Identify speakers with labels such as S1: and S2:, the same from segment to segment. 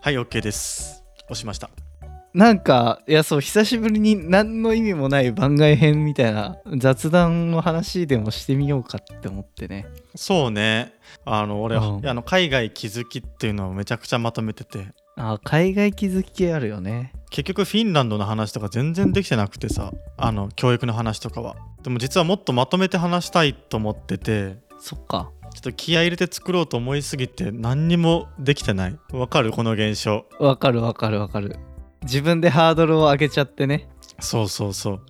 S1: はい OK です押しました
S2: なんかいやそう久しぶりに何の意味もない番外編みたいな雑談の話でもしてみようかって思ってね
S1: そうねあの俺、
S2: うん
S1: あの海外気づきっていうのをめちゃくちゃまとめてて
S2: あ海外気づき系あるよね
S1: 結局フィンランドの話とか全然できてなくてさあの教育の話とかはでも実はもっとまとめて話したいと思ってて
S2: そっか
S1: ちょっと気合い入れて作ろうと思いすぎて何にもできてないわかるこの現象
S2: わかるわかるわかる自分でハードルを上げちゃってね
S1: そうそうそう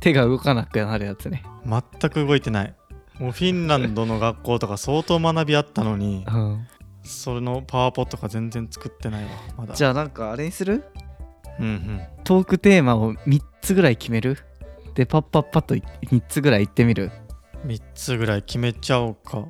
S2: 手が動かなくなるやつね
S1: 全く動いてないもうフィンランドの学校とか相当学びあったのに
S2: うん
S1: それのパワポとか全然作ってないわまだ
S2: じゃあなんかあれにする
S1: うんうん
S2: トークテーマを3つぐらい決めるでパッパッパッと3つぐらい言ってみる
S1: 3つぐらい決めちゃおうか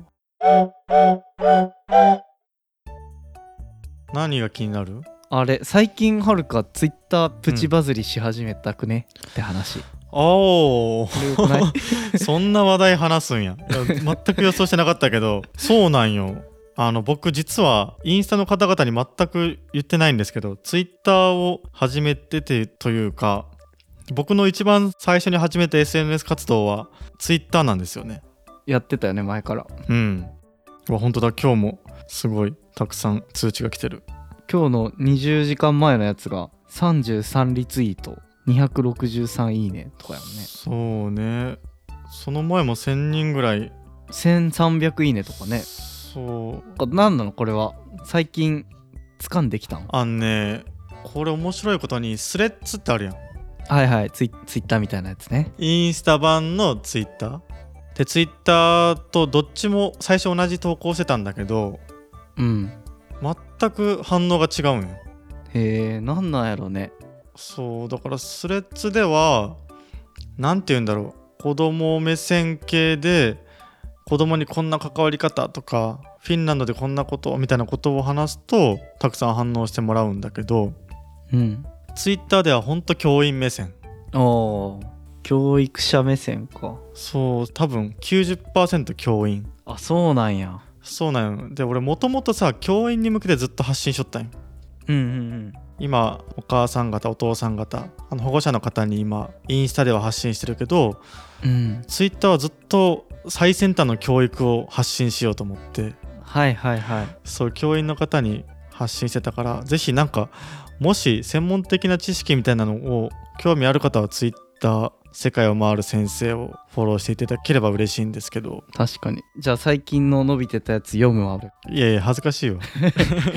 S1: 何が気になる
S2: あれ最近はるかツイッタープチバズりし始めたくね、って話
S1: あお
S2: これよくない
S1: そんな話題話すんや全く予想してなかったけどそうなんよあの僕実はインスタの方々に全く言ってないんですけどツイッターを始めててというか僕の一番最初に始めた SNS 活動はツイッターなんですよね
S2: やってたよね前から
S1: うんうわ本当だ今日もすごいたくさん通知が来てる
S2: 今日の20時間前のやつが33リツイート263いいねとかやもんね
S1: そうねその前も1000人ぐらい
S2: 1300いいねとかね
S1: そう
S2: なんか何なのこれは最近掴んできたの
S1: あんねこれ面白いことにスレッズってあるやん
S2: はいはいツイツイッターみたいなやつね
S1: インスタ版のツイッターでツイッターとどっちも最初同じ投稿してたんだけど
S2: うん
S1: 全く反応が違うんよ
S2: へえ何なんやろね
S1: そうだからスレッズでは何て言うんだろう子供目線系で子供にこんな関わり方とかフィンランドでこんなことみたいなことを話すとたくさん反応してもらうんだけど
S2: うん
S1: ツイッターではほんと教員目線
S2: ああ教育者目線か
S1: そう多分90%教員
S2: あそうなんや
S1: そうなんよで俺もともとさ教員に向けてずっと発信しとったんよ
S2: うんうん
S1: 今お母さん方お父さん方あの保護者の方に今インスタでは発信してるけど
S2: うんうん
S1: ツイッターはずっと最先端の教育を発信しようと思って
S2: はいはいはい
S1: そう教員の方に発信してたからぜひなんかもし専門的な知識みたいなのを興味ある方はツイッター世界を回る先生をフォローしていただければ嬉しいんですけど
S2: 確かにじゃあ最近の伸びてたやつ読むわ俺
S1: いやいや恥ずかしいよ
S2: フ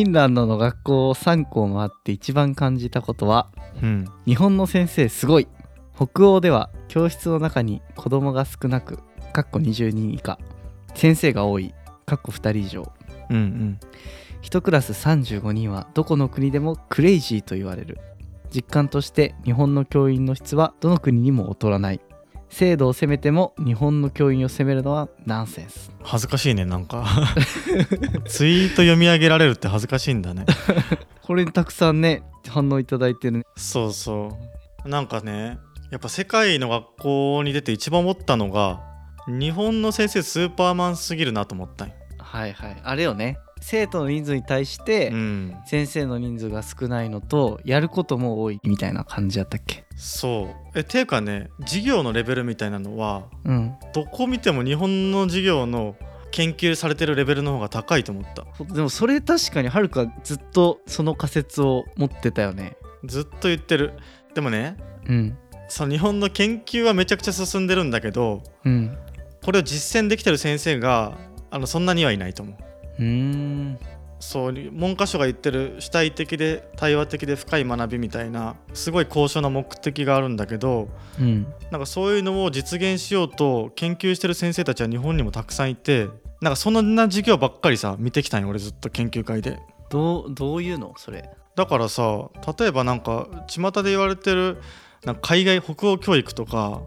S2: ィンランドの学校を3校回って一番感じたことは
S1: うん
S2: 日本の先生すごい北欧では教室の中に子供が少なくかっこ20人以下先生が多いかっこ2人以上
S1: うんうん
S2: 1クラス35人はどこの国でもクレイジーと言われる実感として日本の教員の質はどの国にも劣らない制度を責めても日本の教員を責めるのはナンセンス
S1: 恥ずかしいねなんかツイート読み上げられるって恥ずかしいんだね
S2: これにたくさんね反応いただいてるね
S1: そうそうなんかねやっぱ世界の学校に出て一番思ったのが日本の先生スーパーマンすぎるなと思ったんよ
S2: はいはいあれよね生徒の人数に対して、
S1: うん
S2: 先生の人数が少ないのとやることも多いみたいな感じやったっけ
S1: そうえていうかね授業のレベルみたいなのは
S2: うん
S1: どこ見ても日本の授業の研究されてるレベルの方が高いと思った
S2: でもそれ確かにはるかずっとその仮説を持ってたよね
S1: ずっと言ってるでもね
S2: うん
S1: その日本の研究はめちゃくちゃ進んでるんだけど
S2: うん
S1: これを実践できてる先生があのそんなにはいないと思う
S2: うーん
S1: そう文科省が言ってる主体的で対話的で深い学びみたいなすごい高尚な目的があるんだけど
S2: うん
S1: なんかそういうのを実現しようと研究してる先生たちは日本にもたくさんいてなんかそんな授業ばっかりさ見てきたんよ俺ずっと研究会で
S2: どうどういうのそれ
S1: だからさ例えばなんか巷で言われてるなんか海外北欧教育とか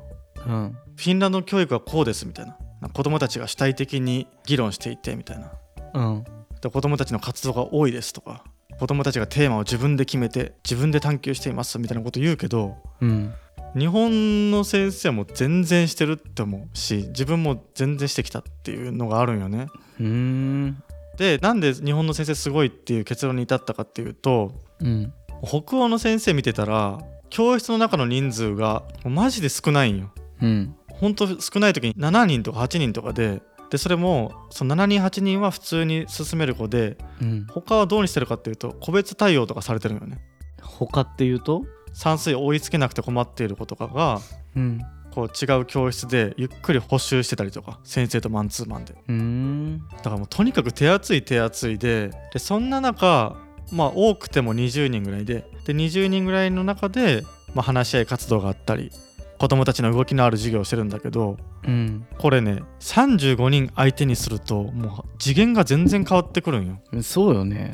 S2: うん
S1: フィンランド教育はこうですみたいななんか子供たちが主体的に議論していてみたいな
S2: うん
S1: で子どもたちの活動が多いですとか子どもたちがテーマを自分で決めて自分で探求していますみたいなこと言うけど
S2: うん
S1: 日本の先生も全然してるって思うし自分も全然してきたっていうのがあるんよね
S2: うーん
S1: でなんで日本の先生すごいっていう結論に至ったかっていうと
S2: うん
S1: 北欧の先生見てたら教室の中の人数がマジで少ないんよ。
S2: うん
S1: ほんと少ない時に7人とか8人とかででそれもその7人8人は普通に進める子で
S2: うん
S1: 他はどうにしてるかっていうと個別対応とかされてるのよね。
S2: 他っていうと
S1: 算数追いつけなくて困っている子とかが
S2: うん
S1: こう違う教室でゆっくり補習してたりとか先生とマンツーマンで
S2: うーん
S1: だからもうとにかく手厚い手厚いででそんな中まあ多くても20人ぐらいでで20人ぐらいの中で、まあ、話し合い活動があったり子どもたちの動きのある授業をしてるんだけど
S2: うん
S1: これね35人相手にするともう次元が全然変わってくるんよ。
S2: そうよね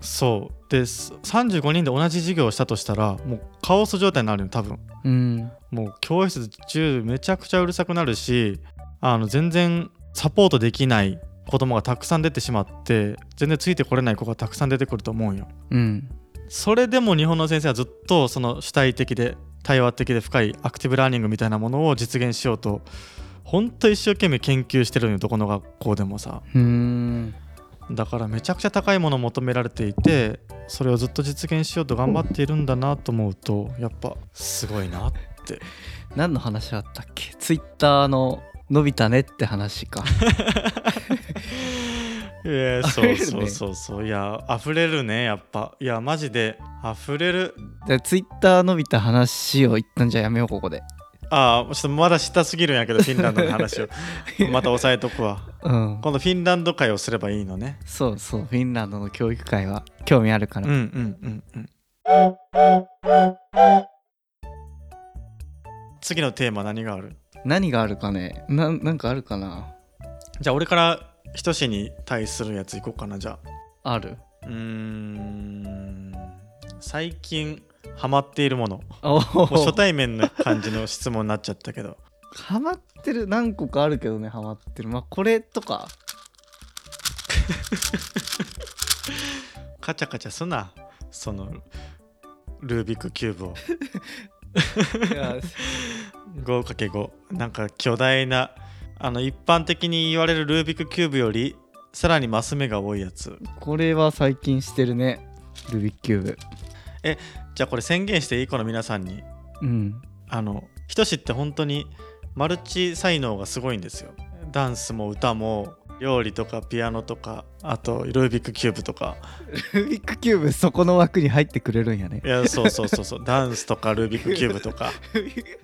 S1: そうです35人で同じ授業をしたとしたらもうカオス状態になるよ多分。
S2: うん
S1: もう教室中めちゃくちゃうるさくなるしあの全然サポートできない子供がたくさん出てしまって全然ついてこれない子がたくさん出てくると思うんよ。
S2: うん
S1: それでも日本の先生はずっとその主体的で対話的で深いアクティブラーニングみたいなものを実現しようとほんと一生懸命研究してるんよどこの学校でもさ
S2: うーん
S1: だからめちゃくちゃ高いものを求められていてそれをずっと実現しようと頑張っているんだなと思うとやっぱすごいなって
S2: 何の話あったっけツイッターの伸びたねって話か
S1: えー、
S2: 溢
S1: そ
S2: れ
S1: う
S2: るね
S1: そうそうそういや溢れるねやっぱいやマジで溢れる
S2: でツイッター伸びた話を一旦じゃあやめようここで
S1: ああちょっとまだしたすぎるんやけどフィンランドの話 をまた押さえとくわ
S2: うん
S1: 今度フィンランド会をすればいいのね
S2: そうそうフィンランドの教育界は興味あるか
S1: うん
S2: ら、
S1: うんうんうん次のテーマ何がある
S2: 何があるかねななんかあるかな
S1: じゃあ俺から人志に対するやついこうかなじゃあ
S2: ある
S1: うーん最近ハマっているもの
S2: おお
S1: もう初対面の感じの質問になっちゃったけど
S2: ハマってる何個かあるけどねハマってるまあこれとか
S1: カチャカチャすなそのルービックキューブを
S2: いや
S1: 5×5 なんか巨大なあの一般的に言われるルービックキューブよりさらにマス目が多いやつ
S2: これは最近してるねルービックキューブ
S1: じゃあこれ宣言していいこの皆さんに
S2: うん
S1: あのひとしって本当にマルチ才能がすごいんですよダンスも歌も料理とかピアノとかあとルービックキューブとか
S2: ルービックキューブそこの枠に入ってくれるんや ね
S1: いやそうそうそうそうダンスとかルービックキューブとか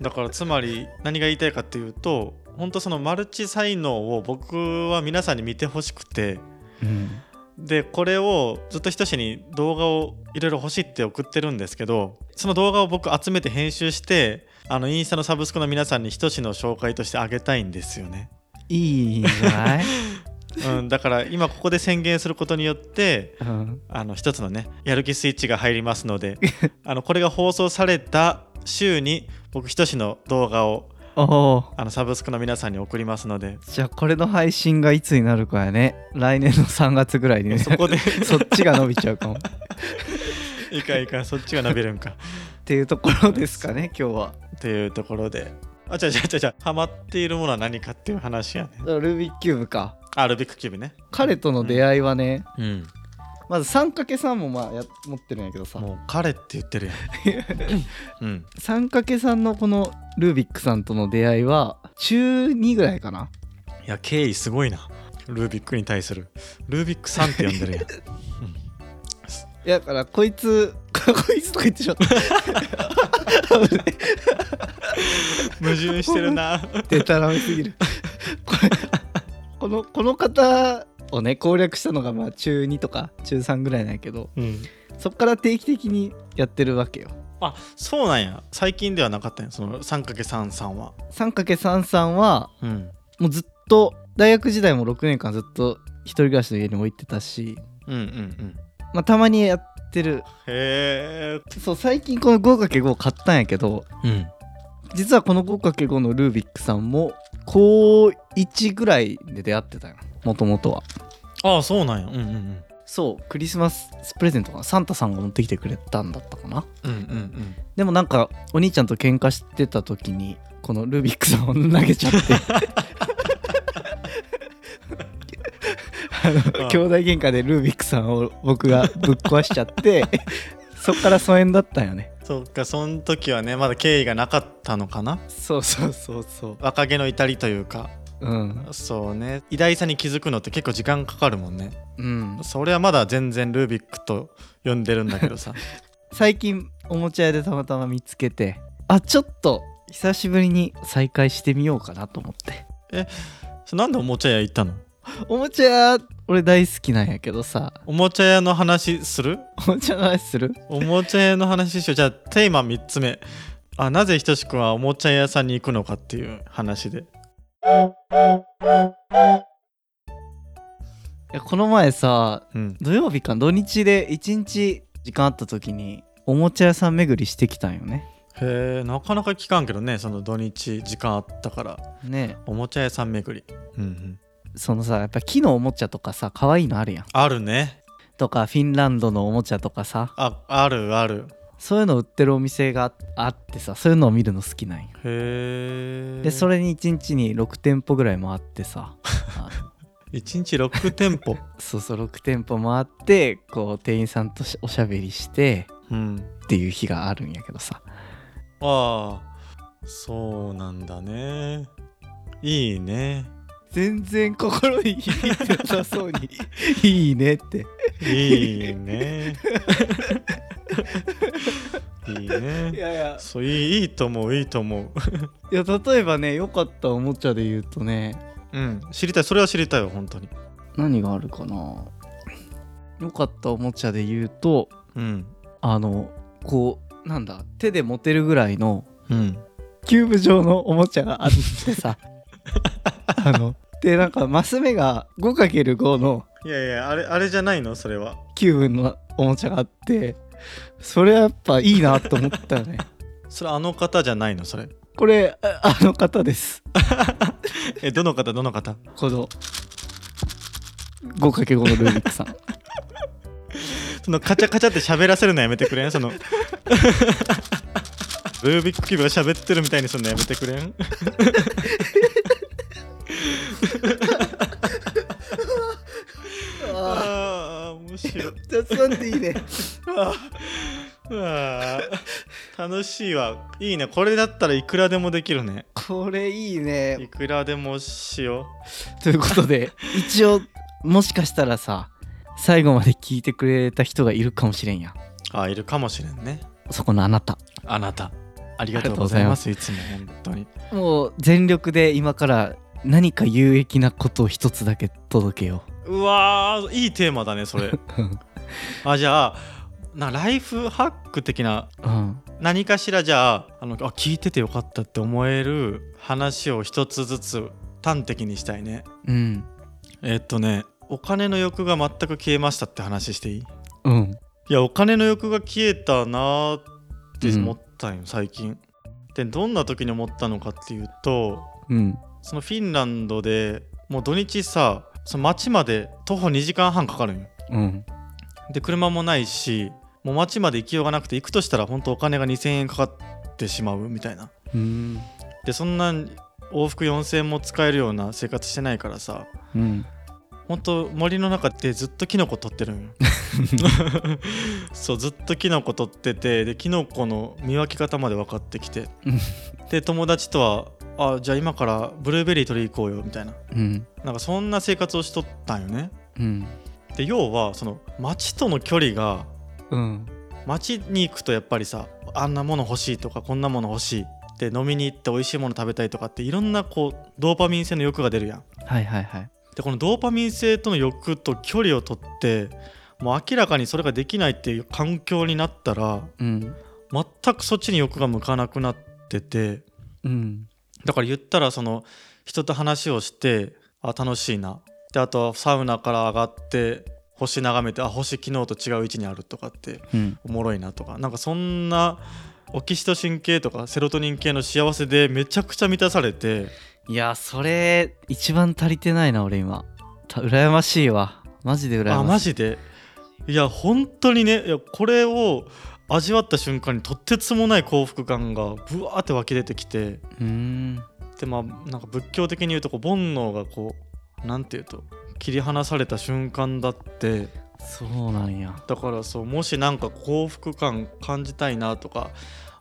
S1: だからつまり何が言いたいかっていうと本当そのマルチ才能を僕は皆さんに見てほしくて
S2: うん
S1: でこれをずっとひとしに動画をいろいろ欲しいって送ってるんですけどその動画を僕集めて編集してあのインスタのサブスクの皆さんにひとしの紹介としてあげたいんですよね、
S2: いいんじゃない、
S1: うん、だから今ここで宣言することによって
S2: うん、
S1: あの一つのねやる気スイッチが入りますの であのこれが放送された週に僕ひとしの動画を
S2: おお
S1: あのサブスクの皆さんに送りますので
S2: じゃあこれの配信がいつになるかやね来年の3月ぐらいにね
S1: そ こで
S2: そっちが伸びちゃうか もっ
S1: いいかいいかそっちが伸びるんか
S2: ていうところですかね今日は
S1: というところであちゃちゃちゃちゃハマっているものは何かっていう話やね
S2: ルービックキューブか
S1: あルービックキューブね
S2: 彼との出会いはね、
S1: うん
S2: まず 3×3 もまあや持ってるんやけどさ
S1: もう彼って言ってる やんうん
S2: 3×3 のこのルービックさんとの出会いは中2ぐらいかない
S1: や敬意すごいなルービックに対するルービックさんって呼んでるやんうん
S2: いやだからこいつ こいつとか言ってしまった危ね
S1: 矛盾してるな
S2: えでたらめす ぎるこれこのこの方をね攻略したのがまあ中2とか中3ぐらいなんやけど
S1: うん
S2: そっから定期的にやってるわけよ
S1: あそうなんや最近ではなかったんやその 3×3 さんは
S2: 3×33 は
S1: うん
S2: もうずっと大学時代も6年間ずっと一人暮らしの家にも行ってたし、
S1: うんうんうん
S2: まあ、たまにやってる
S1: へえ
S2: そう最近この 5×5 買ったんやけど
S1: うん
S2: 実はこの 5×5 のルービックさんも高1ぐらいで出会ってたよもともとは
S1: ああそうなんやうんうんうん
S2: そうクリスマスプレゼントかなサンタさんが持ってきてくれたんだったかな
S1: うんうん
S2: でもなんかお兄ちゃんと喧嘩してた時にこのルー ビックさんを投げちゃって
S1: あ
S2: 兄弟喧嘩でルービックさんを僕がぶっ壊しちゃって そっから疎遠だったよね
S1: そっかその時はねまだ敬意がなかったのかな
S2: そうそうそうそう
S1: 若気の至りというか
S2: うん
S1: そうね偉大さに気づくのって結構時間かかるもんね
S2: うん
S1: それはまだ全然ルービックと呼んでるんだけど さ
S2: 最近おもちゃ屋でたまたま見つけてあちょっと久しぶりに再会してみようかなと思って
S1: それなんでおもちゃ屋行ったの
S2: おもちゃ屋俺大好きなんやけどさ
S1: おもちゃ屋の話する
S2: おもちゃの話する
S1: おもちゃ屋の話しようじゃあテーマ3つ目あなぜひとしくんはおもちゃ屋さんに行くのかっていう話で
S2: いやこの前さ
S1: うん
S2: 土曜日か土日で一日時間あった時におもちゃ屋さん巡りしてきたんよね
S1: へえなかなか聞かんけどねその土日時間あったから
S2: ね
S1: おもちゃ屋さん巡りうんうん
S2: そのさやっぱ木のおもちゃとかさ可愛いのあるやん
S1: あるね
S2: とかフィンランドのおもちゃとかさ
S1: ああるある
S2: そういうの売ってるお店があってさそういうのを見るの好きなんよ
S1: へえ
S2: でそれに1日に6店舗ぐらい回ってさ あ
S1: 1日6店 舗
S2: そうそう6店舗回ってこう店員さんとしおしゃべりして
S1: うん
S2: っていう日があるんやけどさ
S1: ああそうなんだねいいね
S2: 全然心に響いてなさそうに 「いいね」って
S1: いい ねいいね
S2: やいや
S1: そういいいいと思ういいと思
S2: いや例えばね良かったおもちゃで言うとね
S1: ううん知りたいそれは知りたいよ本当に
S2: 何があるかな良かったおもちゃで言うと
S1: うん
S2: あのこうなんだ手で持てるぐらいの
S1: うん
S2: キューブ状のおもちゃがあって さあのでなんかマス目が 5×5 の
S1: いやいやあれあれじゃないのそれは
S2: キューブのおもちゃがあってそれはやっぱいいなと思ったよね
S1: それあの方じゃないのそれ
S2: これああの方です
S1: えどの方どの方
S2: この 5×5 のルービック さん
S1: そのカチャカチャって喋らせるのやめてくれん そのルービックキューブが喋ってるみたいにするのやめてくれ んああ面白い
S2: 雑談でいいね
S1: あ楽しいわいいねこれだったらいくらでもできるね
S2: これいいね
S1: いくらでもしよ
S2: ということで一応もしかしたらさ最後まで聞いてくれた人がいるかもしれんや
S1: うあいるかもしれんね
S2: そこのあなた
S1: あなたありがとうございますいつも本当に
S2: もう全力で今から何か有益なことを一つだけ届けよ
S1: うわーいいテーマだねそ れ
S2: う。うん
S1: あじゃあなライフハック的な
S2: うん、
S1: 何かしらじゃああのあ聞いててよかったって思える話を一つずつ端的にしたいね
S2: うん、
S1: えっとねお金の欲が全く消えましたって話していい
S2: うん、
S1: いやお金の欲が消えたなーって
S2: うん
S1: 思ったんよ、最近でどんな時に思ったのかっていうと
S2: うん、
S1: そのフィンランドでもう土日さその町まで徒歩2時間半かかるんよ
S2: うん、
S1: で車もないしもう町まで行きようがなくて行くとしたら本当お金が2,000円かかってしまうみたいな
S2: うん、
S1: でそんな往復4,000円も使えるような生活してないからさ
S2: うん、
S1: 本当森の中でずっとキノコ取ってるんよそうずっとキノコ取っててでキノコの見分け方まで分かってきて
S2: うん
S1: で友達とは「あじゃあ今からブルーベリー取り行こうよ」みたいな
S2: うん、
S1: なんかそんな生活をしとったんよね
S2: うん、
S1: で要はその町との距離が
S2: うん、
S1: 街に行くとやっぱりさあんなもの欲しいとかこんなもの欲しいって飲みに行って美味しいもの食べたいとかっていろんなこうドーパミン性の欲が出るやん
S2: はいはいはい、
S1: でこのドーパミン性との欲と距離をとってもう明らかにそれができないっていう環境になったら
S2: うん、
S1: 全くそっちに欲が向かなくなってて
S2: うん、
S1: だから言ったらその人と話をしてあ楽しいなであとはサウナから上がって星眺めてあ星昨日と違う位置にあるとかって
S2: うん、
S1: おもろいなとかなんかそんなオキシトシン系とかセロトニン系の幸せでめちゃくちゃ満たされて
S2: いや、それ一番足りてないな、俺今。た羨ましいわ、マジで羨ましい。
S1: あマジでいや本当にねいやこれを味わった瞬間にとてつもない幸福感がぶわーって湧き出てきて
S2: うーん、
S1: でまあなんか仏教的に言うとこう煩悩がこうなんていうと切り離された瞬間だって
S2: そうなんや
S1: だからそうもしなんか幸福感感じたいなとか、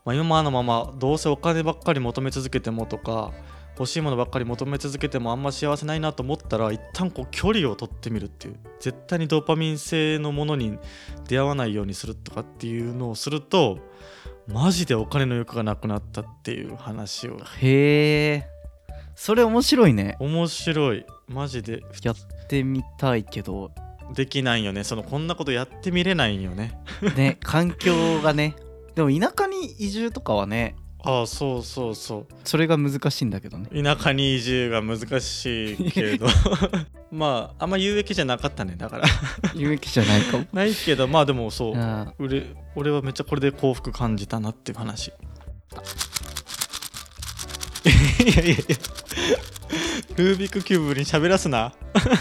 S1: まあ、今のままどうせお金ばっかり求め続けてもとか欲しいものばっかり求め続けてもあんま幸せないなと思ったら一旦こう距離を取ってみるっていう絶対にドーパミン性のものに出会わないようにするとかっていうのをするとマジでお金の欲がなくなったっていう話を
S2: へえそれ面白いね
S1: 面白いマジで
S2: やってみたいけど
S1: できないよねそのこんなことやってみれないよね
S2: ね環境がねでも田舎に移住とかはね
S1: ああそうそうそう
S2: それが難しいんだけどね
S1: 田舎に移住が難しいけれ どまああんま有益じゃなかったねだから
S2: 有益じゃないかも
S1: ないけどまあでもそう
S2: あ
S1: 俺俺はめっちゃこれで幸福感じたなっていう 話いやいやいやルービックキューブに喋らすな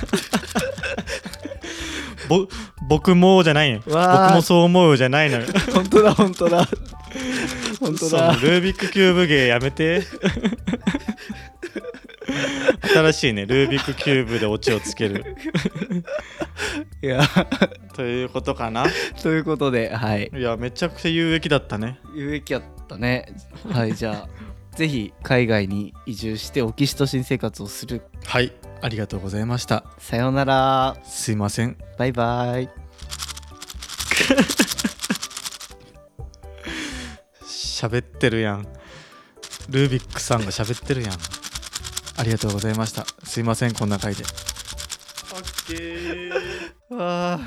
S1: ぼ僕もじゃないよ僕
S2: わあ
S1: もそう思うじゃないのよ
S2: ー本当だ 本当だ本当だ
S1: そうルービックキューブ芸やめ て新しいねルービックキューブでオチをつける
S2: いや
S1: ということかな
S2: ということではい
S1: いやめちゃくちゃ有益だったね
S2: 有益やったねはいじゃあぜひ海外に移住してオキシトシン生活をする
S1: はいありがとうございました
S2: さようなら
S1: すいません
S2: バイバイ
S1: 喋ってるやんルービックさんが喋ってるやんありがとうございましたすいませんこんな回でオッケー
S2: あ